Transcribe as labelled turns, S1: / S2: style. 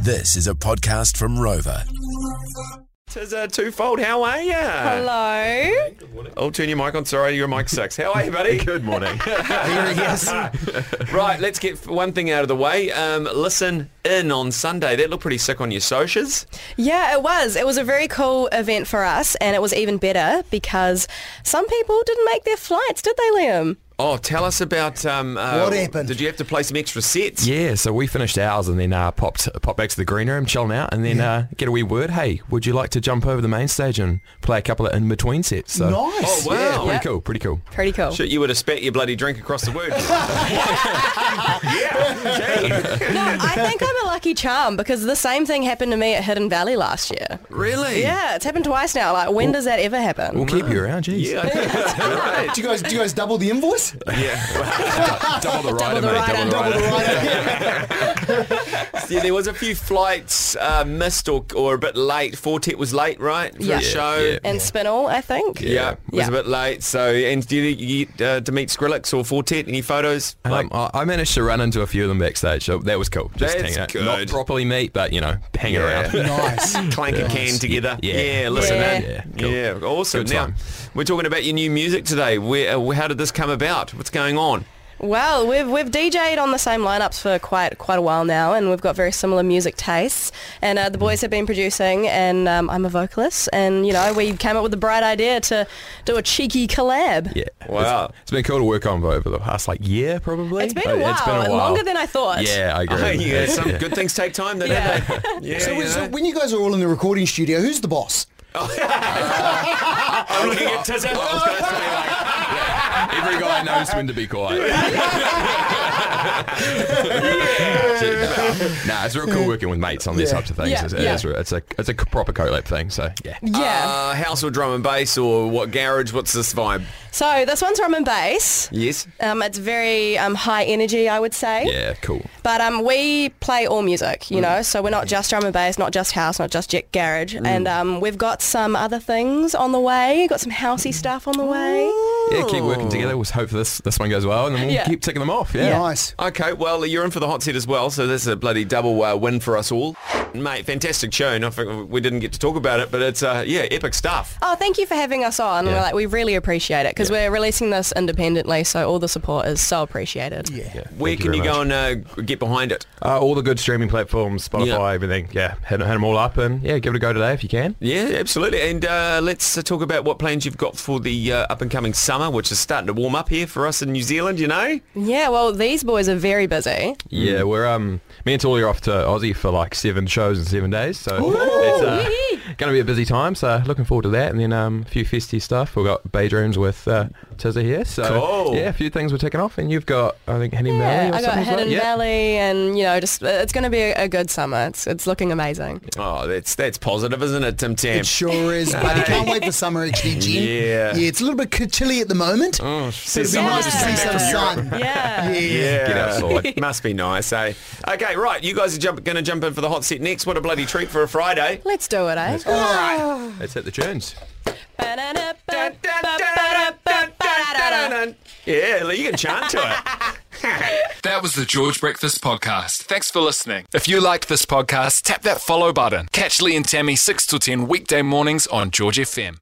S1: This is a podcast from Rover.
S2: Tis uh, twofold. How are you?
S3: Hello.
S2: Oh, turn your mic on. Sorry, your mic sucks. How are you, buddy? Good morning.
S4: yes.
S2: right, let's get one thing out of the way. Um, listen in on Sunday. That looked pretty sick on your socials.
S3: Yeah, it was. It was a very cool event for us and it was even better because some people didn't make their flights, did they, Liam?
S2: Oh, tell us about um, uh,
S4: What happened?
S2: Did you have to play some extra sets?
S5: Yeah, so we finished ours and then uh, popped popped back to the green room, chilling out, and then uh, get a wee word. Hey, would you like to jump over the main stage and play a couple of in between sets? So,
S4: Nice.
S2: Oh, wow.
S5: Yeah, pretty
S3: Yep.
S5: cool, pretty cool.
S3: Pretty cool.
S2: Shit, you would have spat your bloody drink across the word. yeah. Gee.
S3: No, I think I'm a lucky charm because the same thing happened to me at Hidden Valley last year.
S2: Really?
S3: Yeah, it's happened twice now. Like, when does that ever happen?
S5: We'll keep you around, jeez.
S2: Yeah. I think that's right.
S4: Do you guys do you guys double the invoice?
S5: Double the rider,
S3: the
S5: mate,
S3: rider.
S5: double the rider.
S2: Yeah, there was a few flights uh, missed or, or a bit late. Fortet was late, right? For
S3: Yeah.
S2: the show.
S5: Yeah.
S3: and Spinall, I think.
S2: Yeah, it was
S3: Yeah.
S2: a bit late. So, and do you, you uh, to meet Skrillex or Fortet? Any photos?
S5: Um, I, I managed to run into a few of them backstage, so that was cool. Just
S2: That's
S5: hanging out.
S2: good.
S5: Not properly meet, but, you know, hang
S2: Yeah.
S5: around.
S4: nice.
S2: clank a can together.
S5: Yeah.
S2: yeah listen
S3: Yeah.
S2: in.
S5: Yeah,
S2: Yeah,
S5: cool.
S2: awesome.
S5: Good
S2: Now
S5: time.
S2: we're talking about your new music today. Where, uh, how did this come about? What's going on?
S3: Well, we've we've DJ'd on the same lineups for quite quite a while now, and we've got very similar music tastes. And uh, the
S5: Mm.
S3: boys have been producing, and um, I'm a vocalist, and you know we came up with the bright idea to do a cheeky collab.
S5: Yeah.
S2: Wow.
S5: It's, it's been cool to work on over the past, like, year, probably.
S3: It's been a while,
S5: Oh, It's been a while.
S3: longer than I thought.
S5: Yeah, I agree.
S2: Oh, yeah,
S5: It's-
S2: some
S5: yeah.
S2: good things take time, though,
S3: Yeah.
S2: don't they? Yeah,
S4: So,
S2: you
S4: so
S2: know.
S4: when you guys are all in the recording studio, who's the boss?
S2: I'm looking at Tizza.
S5: I was gonna say, like, yeah, Every guy knows when to be quiet. Jeez, nah, it's real cool working with mates on these
S4: Yeah.
S5: types of things.
S3: Yeah,
S5: It's,
S3: yeah.
S5: it's, real- it's a it's a proper collab thing. So yeah,
S3: Yeah.
S2: Uh, house or drum and bass or what garage? What's this vibe?
S3: so this one's drum and bass.
S2: Yes.
S3: Um, it's very um, high energy, I would say.
S5: yeah, cool.
S3: But um, we play all music, you know, so we're not just drum and bass, not just house, not just jet garage. And um, we've got some other things on the way. Got some housey stuff on the way.
S5: Yeah, keep working together. We'll hope this this one goes well, and then we'll
S3: Yeah.
S5: keep ticking them off. Yeah.
S4: Nice.
S2: Okay, well, you're in for the hot seat as well, so this is a bloody double uh, win for us all. Mate, fantastic tune. I think we didn't get to talk about it, but it's, uh, yeah, epic stuff.
S3: Oh, thank you for having us on. We're
S5: Yeah.
S3: like, we really appreciate it because we're releasing this independently, so all the support is so appreciated.
S4: Yeah.
S2: Where
S5: Thank
S2: can
S5: very
S2: you
S5: much.
S2: go and uh, g- get behind it?
S5: Uh, all the good streaming platforms, Spotify,
S2: Yeah.
S5: everything. Yeah, head, head them all up, and yeah, give it a go today if you can.
S2: Yeah, absolutely. And uh, let's uh, talk about what plans you've got for the uh, up and coming summer, which is starting to warm up here for us in New Zealand. You know,
S3: Yeah, well, these boys are very busy.
S2: Mm.
S5: Yeah, we're um me and Tully are off to Aussie for like seven shows in seven days, so it's uh, gonna be a busy time. So looking forward to that, and then um a few festy stuff. We've got bedrooms with uh, Tizza here, so
S2: Cool.
S5: yeah, a few things we're ticking off, and you've got I think Henning Valley
S3: Yeah,
S5: or
S3: I got
S5: something as well.
S3: Hidden
S5: Yeah.
S3: Valley and, you know, just it's going to be a, a good summer. It's, it's looking amazing.
S2: oh, that's that's positive, isn't it, Tim Tam?
S4: It sure is, but I can't wait for summer actually, Jen.
S2: Yeah.
S4: Yeah, it's a little bit chilly at the moment.
S2: Says
S4: It'd be
S2: someone
S4: nice
S2: who's just
S4: to see
S2: come
S4: some
S2: back from Europe.
S4: sun.
S3: Yeah.
S4: Yeah.
S2: Yeah,
S5: Get outside.
S2: Must be nice, eh? Okay, right. You guys are jump, going to jump in for the hot seat next. What a bloody treat for a Friday.
S3: Let's do it, eh?
S2: All right.
S5: Let's hit the tunes.
S2: Yeah, you can chant to it.
S6: That was the George Breakfast Podcast. Thanks for listening. If you liked this podcast, tap that follow button. Catch Lee and Tammy 6 to 10 weekday mornings on George FM.